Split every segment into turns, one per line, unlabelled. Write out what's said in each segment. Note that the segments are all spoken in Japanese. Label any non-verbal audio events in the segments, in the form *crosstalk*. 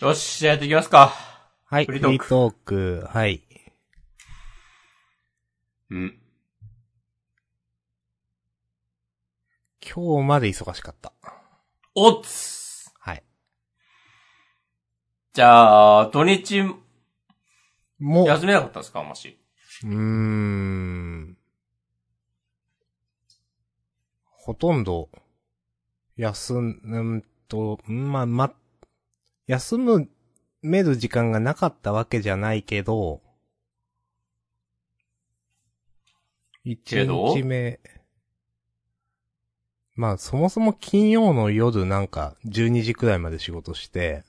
よし、じゃあやっていきますか。
はい。
フ
フ
リー
リー
トー
トー
ク
ク。はい。
うん。
今日まで忙しかった。
おっつ
はい。
じゃあ、土日、
もう、う
休めなかったんですか、あんまし。
ーん。ほとんど、休ん、うんと、うんまあ、ま、休む、める時間がなかったわけじゃないけど、一
けど
日目。まあ、そもそも金曜の夜なんか、12時くらいまで仕事して、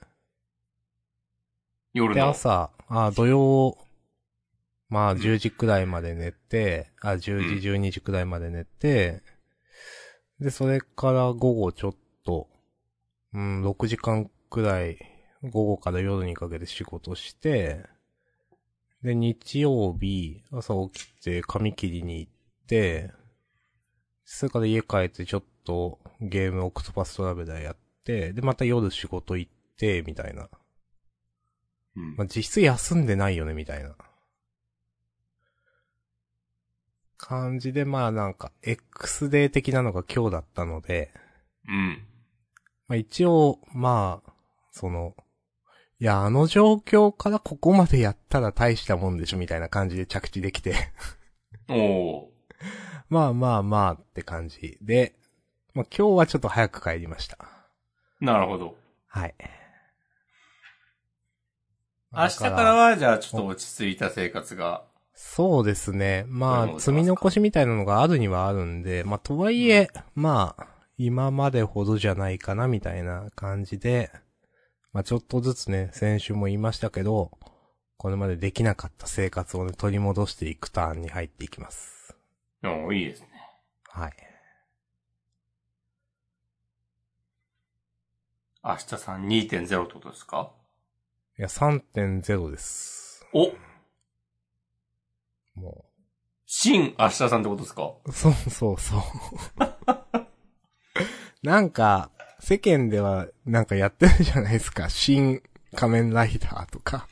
夜
で、
の。
朝、あ土曜、まあ、10時くらいまで寝て、あ、10時、12時くらいまで寝て、で、それから午後ちょっと、うん、6時間くらい、午後から夜にかけて仕事して、で、日曜日、朝起きて、髪切りに行って、それから家帰ってちょっとゲームオクトパストラベラーやって、で、また夜仕事行って、みたいな。
うん
まあ、実質休んでないよね、みたいな。感じで、まあなんか、X デー的なのが今日だったので、
うん。
まあ一応、まあ、その、いや、あの状況からここまでやったら大したもんでしょ、みたいな感じで着地できて、 *laughs*
おー。
まあまあまあって感じで、まあ今日はちょっと早く帰りました。
なるほど。
はい。
明日からは、じゃあちょっと落ち着いた生活が。
そうですね。
これ
ま
も
あ、積み残しみたいなのがあるにはあるんで、まあ、とはいえ、まあ、今までほどじゃないかな、みたいな感じで、まあ、ちょっとずつね、先週も言いましたけど、これまでできなかった生活をね、取り戻していくターンに入っていきます。
おーいいですね。
はい。
明日さん2.0ってことですか
いや、3.0です。
お
も
新明日さんってことですか
う、そうそうそう。 *laughs* なんか、世間では、なんかやってるじゃないですか。新仮面ライダーとか。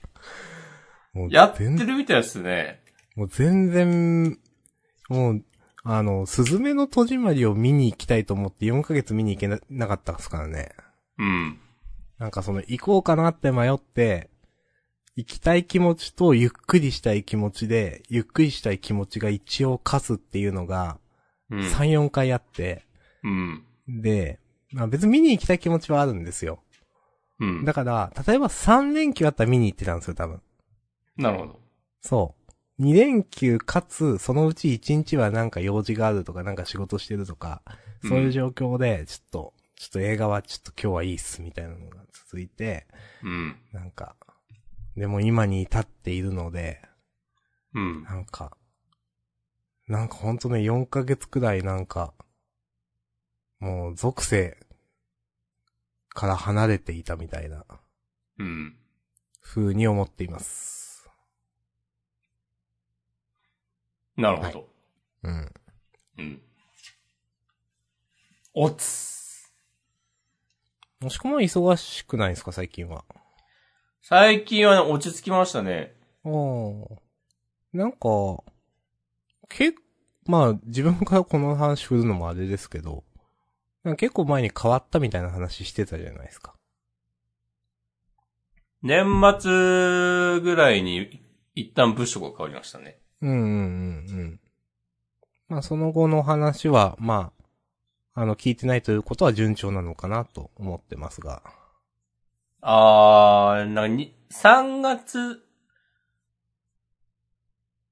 もう
やって
全
るみたいですね。
もう全然、もう、あの、スズメの戸締まりを見に行きたいと思って4ヶ月見に行けななかったですからね。
うん。
なんかその、行こうかなって迷って、行きたい気持ちとゆっくりしたい気持ちで、ゆっくりしたい気持ちが一応勝つっていうのが、
うん。
3、4回あって、
うん。
で、まあ別に見に行きたい気持ちはあるんですよ。
うん。
だから、例えば3連休あったら見に行ってたんですよ、多分。
なるほど。
そう。2連休かつ、そのうち1日はなんか用事があるとか、なんか仕事してるとか、そういう状況で、ちょっと、ちょっと映画はちょっと今日はいいっす、みたいなのが続いて、
うん。
なんか、でも今に至っているので、
うん。
なんか、なんかほんとね、4ヶ月くらいなんか、もう属性から離れていたみたいな、
うん。
風に思っています。
なるほど。
うん。
うん。おつ。
もしくも忙しくないですか、最近は。
最近はね、落ち着きましたね。
うん。なんか、け、まあ、自分からこの話振るのもあれですけど、なんか結構前に変わったみたいな話してたじゃないですか。
年末ぐらいに、一旦物色が変わりましたね。
うんうんうんうん。まあ、その後の話は、まあ、あの、聞いてないということは順調なのかなと思ってますが。
あー、なんかに、3月、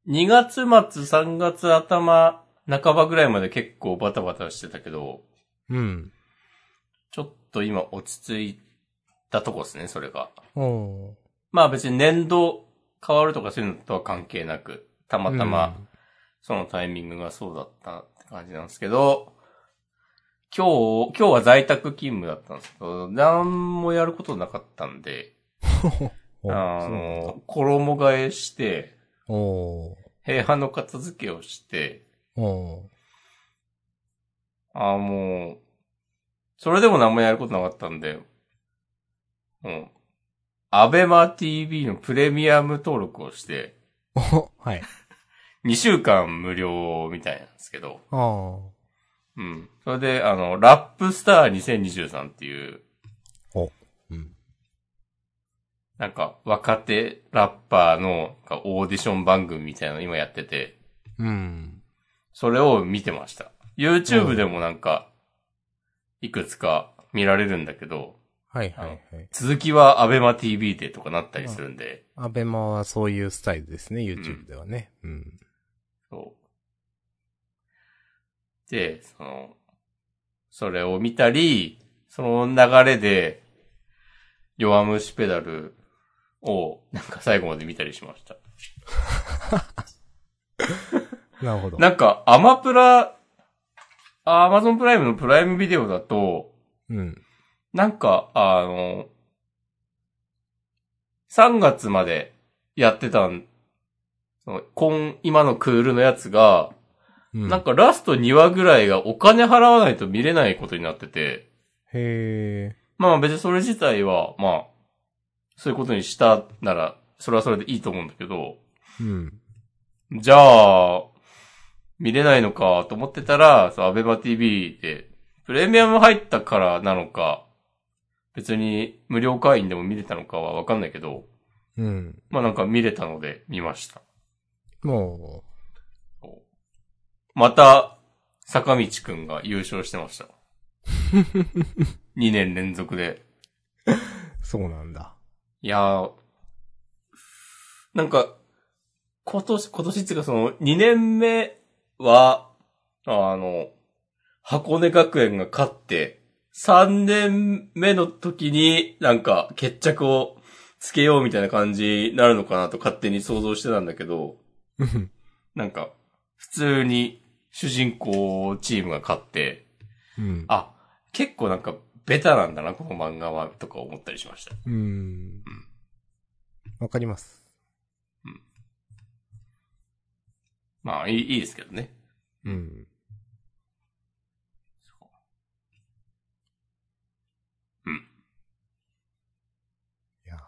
2月末、3月頭、半ばぐらいまで結構バタバタしてたけど、
うん。
ちょっと今落ち着いたとこですね、それが。
おー
まあ別に年度変わるとかそういうのとは関係なく、たまたま、そのタイミングがそうだったって感じなんですけど、今日、今日は在宅勤務だったんですけど、何もやることなかったんで、
うん、お
あの、衣替えして、
お
部屋の片付けをして、
ーおー
ああ、もう、それでも何もやることなかったんで、うん。アベマ TV のプレミアム登録をして、
お *laughs* はい。
2週間無料みたいなんですけど、
ああ。
うん。それで、あの、ラップスター2023っていう、
お。うん。
なんか、若手ラッパーのなんかオーディション番組みたいなの今やってて、
うん。
それを見てました。YouTube でもなんか、いくつか見られるんだけど、
はいはいはい。
続きはアベマ TV でとかなったりするんで、
アベマはそういうスタイルですね、YouTube ではね。うん。
そう。で、その、それを見たり、その流れで、弱虫ペダルを、なんか最後まで見たりしました。
なるほど。
なんか、アマプラ、アマゾンプライムのプライムビデオだと、
うん。
なんか、あの、3月までやってたん、その今、今のクールのやつが、
うん。
なんかラスト2話ぐらいがお金払わないと見れないことになってて、
へえ。
まあ別にそれ自体は、まあ、そういうことにしたなら、それはそれでいいと思うんだけど、
うん。
じゃあ、見れないのかと思ってたら、そう、アベマ TV で、プレミアム入ったからなのか、別に無料会員でも見れたのかはわかんないけど、
うん。
まあなんか見れたので見ました。
も
また、坂道くんが優勝してま
*laughs*
した。2年連続で。
う、そうなんだ。
いやー、なんか、今年、今年っていうかその、2年目は、あの、箱根学園が勝って、3年目の時になんか決着をつけようみたいな感じになるのかなと勝手に想像してたんだけど、
うん。
なんか、普通に主人公チームが勝って、
うん。
あ、結構なんかベタなんだな、この漫画は、とか思ったりしました。
うん。わかります。
まあ、いいいいですけどね。
うん。
うん。
いやー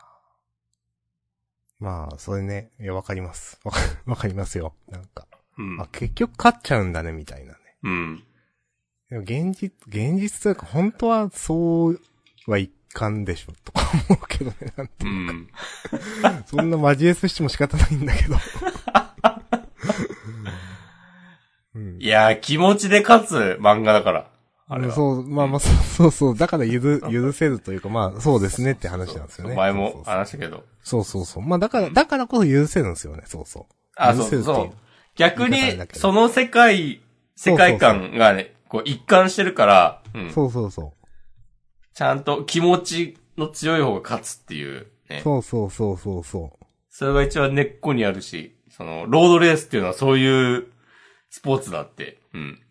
まあ、それね。いや、わかります。わか、 *laughs* わかりますよ。なんか。
うん
あ、。結局勝っちゃうんだね、みたいなね。
うん。
でも現実、現実というか、本当はそうはいかんでしょ、とか思うけどね。なんて
う
いうか、
ん。
そんなマジエスしても仕方ないんだけ
*laughs*
ど。うん
いやー、気持ちで勝つ漫画だから。あれは。
そう、まあまあ、そうそうそう。だか
*laughs*
ら許、許せるというか、まあ、そうですねって話なんですよね。
前
そう
も
そうそう
話したけど。
そうそうそう。まあ、だから、だからこそ許せるんですよね、そうそう。
あ、
許
そ
せる
う、
っていう
そう。逆に
言い方あれだ、けど
その世界、世界観がね、こう一貫してるから、うん。
そうそうそ
ちゃんと気持ちの強い方が勝つっていう、
う。
ね。
そうそうそうそうそう。
それが一番根っこにあるし、その、ロードレースっていうのはそういうスポーツだって、うん。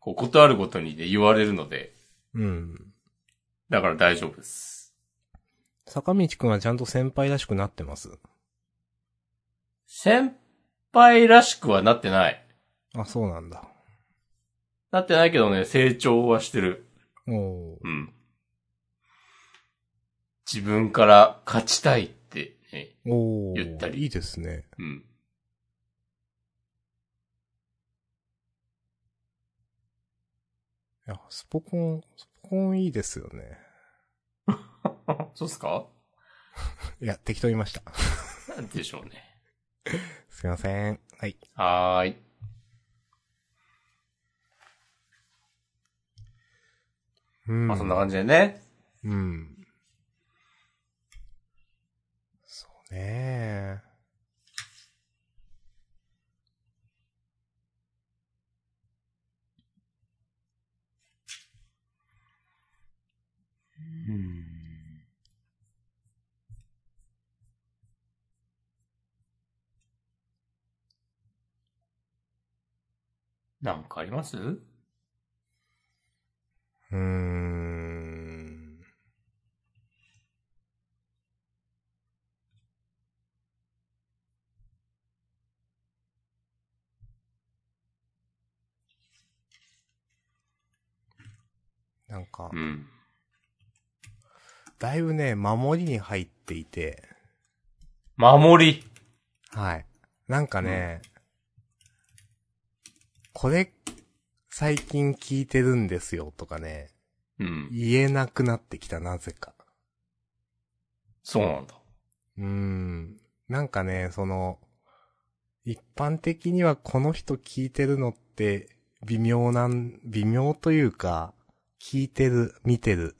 こう、ことあるごとにね、言われるので、
うん。
だから大丈夫です。
坂道くんはちゃんと先輩らしくなってます。
先輩らしくはなってない。
あ、そうなんだ。
なってないけどね、成長はしてる。
おー
うん。自分から勝ちたいって、ね、
おー
ゆったり
いいですね。
うん。
いや、スポコン、スポコンいいですよね。
そうっすか
いや、適当言いました。 *laughs*
なんでしょうね。
すいません。はい。
はーい。
うん。
まあそんな感じでね。
うん。そうね
なんかあります
うーん。なんか
う、ん。
だいぶね、守りに入っていて、
守り。
はい。なんかね、これ、最近聞いてるんですよとかね、
うん。
言えなくなってきた、なぜか。
そうなんだ。
うーん。なんかね、その、一般的にはこの人聞いてるのって微妙なん、微妙というか、聞いてる、見てる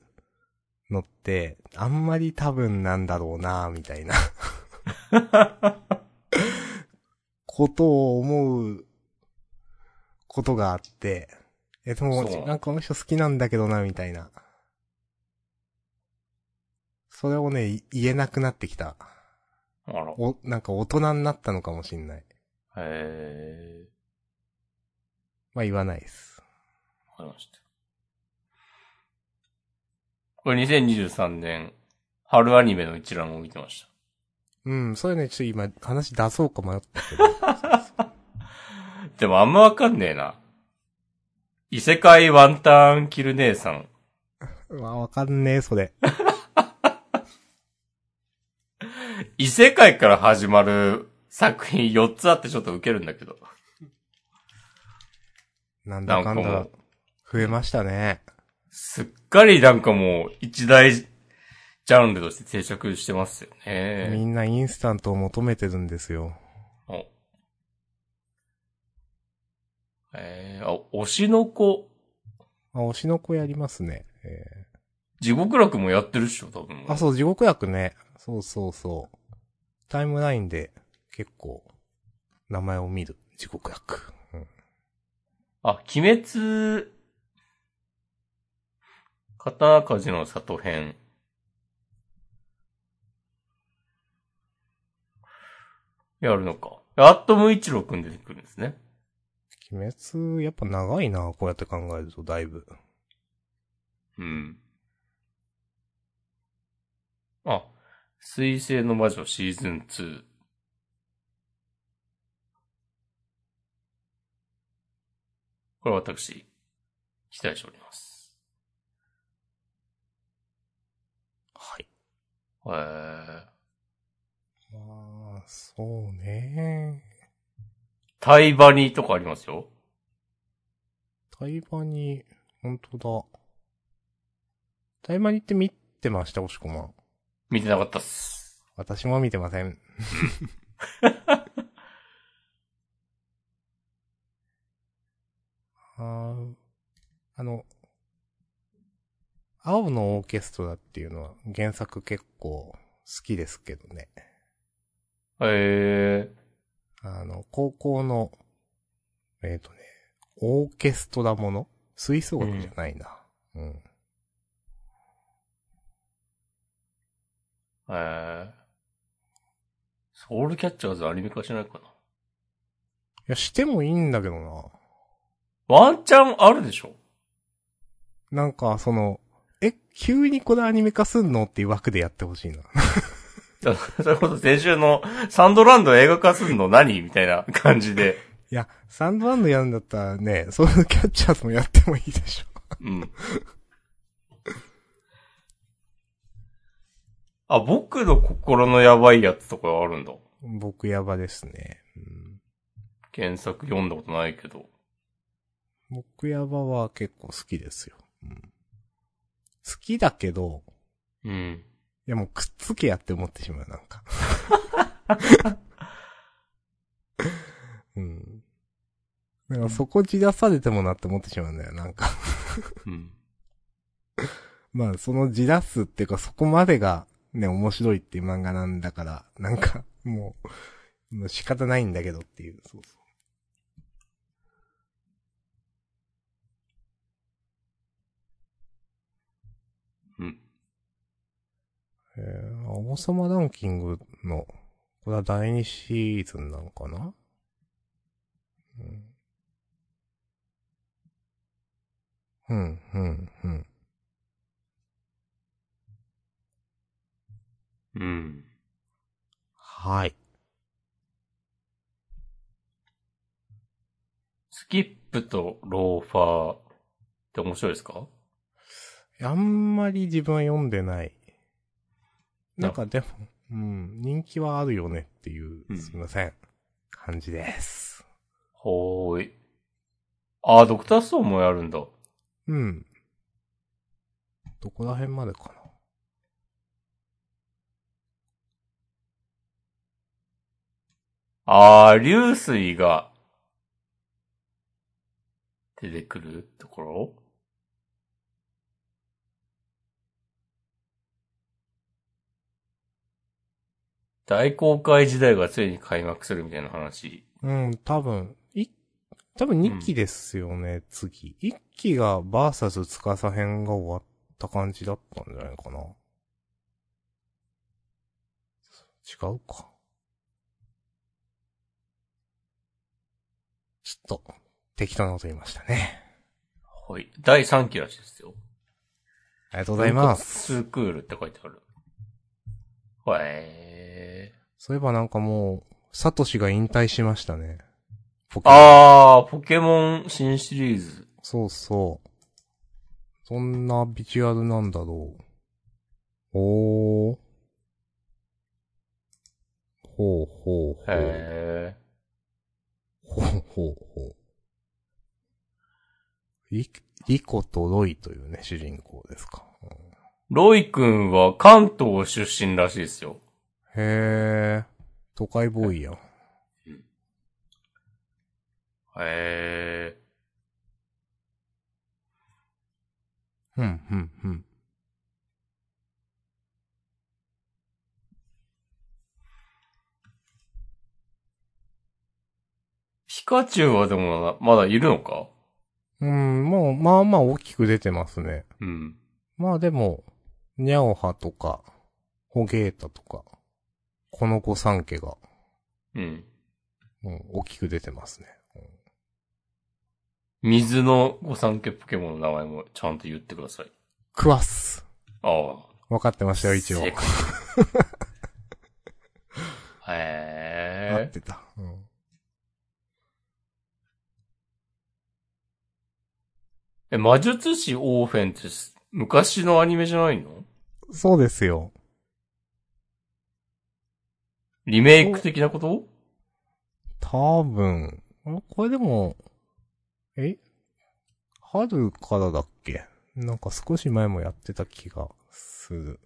のって、あんまり多分なんだろうな、み
*laughs*
たいな。ことを思うことがあって、え、でも、
そう
なんかこの人好きなんだけどな、みたいな。それをね、い言えなくなってきた。
あら。
お、なんか大人になったのかもしんない。
へえ。
まあ言わないです。
わかりました。これ2023年、春アニメの一覧を見てました。
うん、それね、ちょっと今話出そうか迷ったけど。
でもあんまわかんねえな。異世界ワンタンキル姉さん。
う *laughs* わ、わかんねえ、それ。
異世界から始まる作品4つあってちょっとウケるんだけど。
なんだかん
なんか
だ
も、
増えましたね。
すっかりなんかもう一大ジャンルとして定着してますよ
み
ね。
んなインスタントを求めてるんですよ。
おえー、あ、推しの子、
あ、推しの子やりますね。え
地獄楽もやってるっしょ、多分。
ーあ、そう、地獄薬ね。そうそうそう。タイムラインで結構、名前を見る。地獄薬。うん、
あ、鬼滅、刀鍛冶の里編。やるのか。アットムイチローくん出てくるんですね。
鬼滅、やっぱ長いな、こうやって考えると、だいぶ。
うん。あ、水星の魔女シーズン2。これは私、期待しております。
はい。
へー
まあ、そうね。
タイバニーとかありますよ。
台場に、本当だ。台場にって見てました、おしこまん。
見てなかったっす。
私も見てません。 *laughs* あーあの、青のオーケストラっていうのは原作結構好きですけどね。
へえ。
あの、高校の、えっ、とね、オーケストラもの吹奏楽じゃないな。うん。
へえ。ソウルキャッチャーズアニメ化しないかな。
いや、してもいいんだけどな。
ワンチャンあるでしょ
なんか、その、え、急にこれアニメ化すんのっていう枠でやってほしいな。 *laughs*
だ *laughs* それこそ先週のサンドランド映画化すんの何みたいな感じで。
いや、サンドランドやるんだったらね、そういうキャッチャーズもやってもいいでしょ。
うん。あ、僕の心のやばいやつとかあるんだ。
僕やばですね。うん、
原作読んだことないけど。
僕やばは結構好きですよ、うん好きだけど、
うん。
いやもうくっつけやって思ってしまう、なんか。 *laughs* うん。なんかそこ散らされてもなって思ってしまうんだよ、なんか。
うん。
まあ、そのじらすっていうか、そこまでがね、面白いっていう漫画なんだから、なんか、もう、もう仕方ないんだけどっていう。そうそう。
うん。
えー、王様ランキングの、これは第2シーズンなのかなうん。うん、うん、うん。
うん。
はい。
スキップとローファーって面白いですか
あんまり自分は読んでないなんかでも、うん、人気はあるよねっていう
う、ん
すいません。感じです。
ほーい。ああ、ドクターストーンもやるんだ。
うん。どこら辺までかな。
ああ、流水が出てくるところ大航海時代がついに開幕するみたいな話。
うん、多分、い、多分2期ですよね、次。1期がバーサス司編が終わった感じだったんじゃないかな。違うか。ちょっと、適当なこと言いましたね。
はい。第3期らしいですよ。
ありがとうございます。
スークールって書いてある。はえ
そういえばなんかもう、サトシが引退しましたね。ポ
ー。
ン
あー、ポケモン新シリーズ。
そうそう。そんなビジュアルなんだろう。おー。ほうほうほう。
へ
ほうほうほう。リ、リコとロイというね、主人公ですか。うん
ー。ロイ君は関東出身らしいですよ。
へー。都会ボーイやん。
へえ。
ふんふんふん。
ピカチュウはでもなまだいるのか
うん、もう、まあまあ大きく出てますね。
うん。
まあでも、ニャオハとか、ホゲータとか、この子三家が、
うん。
うん、大きく出てますね。
水の御三家ポケモンの名前もちゃんと言ってください。
クワス。
あ
分かってま
あ。
したよ、一応。
正
合
解
っ
へえ。
てた。うん。
え、魔術師オーフェンってす昔のアニメじゃないの
そうですよ。
リメイク的なこと
多分、んこれでも、え春からだっけなんか少し前もやってた気がする。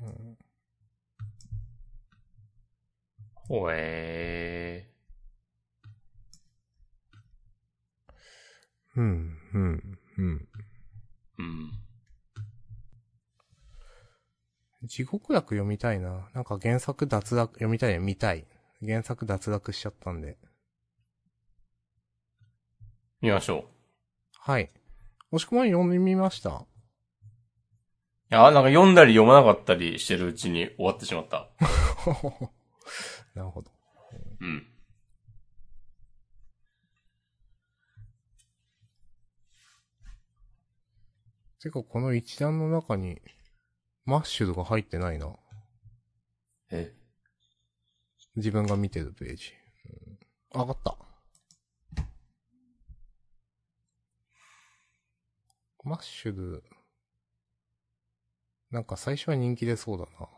うん、
ほえ
うん、うん、うん。
ー。うん。
地獄楽読みたいな。なんか原作脱落、読みたいね、見たい。原作脱落しちゃったんで。
見ましょう。
はい。もしくは読みました。 *laughs*
いや、なんか読んだり読まなかったりしてるうちに終わってしまった。
なるほど。
うん。
てか、この一覧の中に、マッシュルが入ってないな。
え
自分が見てるページ。うん、上がった。マッシュル、なんか最初は人気出そうだな。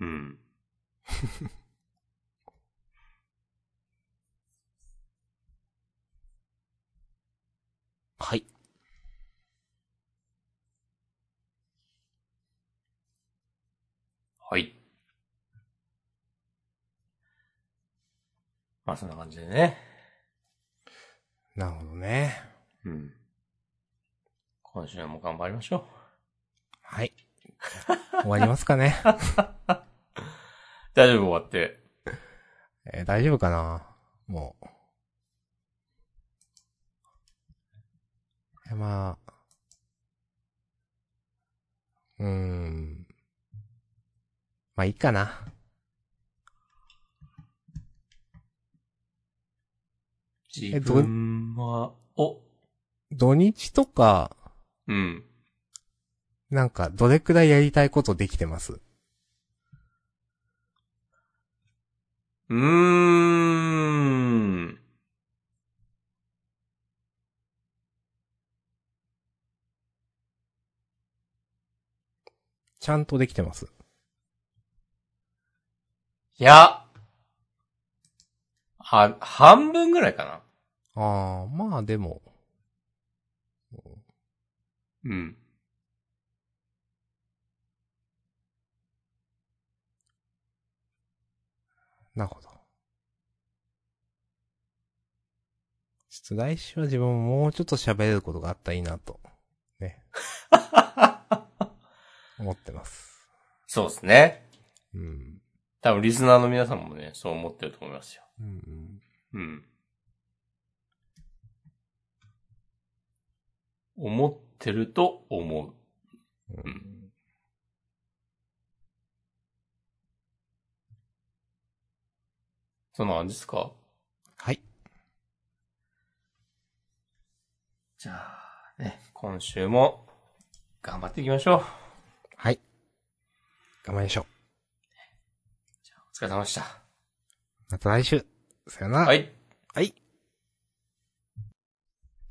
うん。
はい。
はい。まあそんな感じでね。
なるほどね。
うん。今週も頑張りましょう。
はい。終わりますかね。
大丈夫終わって。
えー大丈夫かなもう。えまあ。うーん。まあいいかな。
自
ど
分は、お、
土日とか、
うん。
なんか、どれくらいやりたいことできてます
うーん。
ちゃんとできてます。
いや、は、半分ぐらいか
ああ、まあでも、
な。うん。
なるほど。ちょっと来週は自分ももうちょっと喋れることがあったらいいなと、
*laughs*
ね。思ってます。
そうですね。
うん。
多分リスナーの皆さんもね、そう思ってると思いますよ。
うんうん、
うん。思ってると思う。うん。そんな感じですか
はい。
じゃあ、ね、今週も頑張っていきましょう。
はい。頑張りましょう。
お疲れ様でした。
また来週。さよなら。
はい。
はい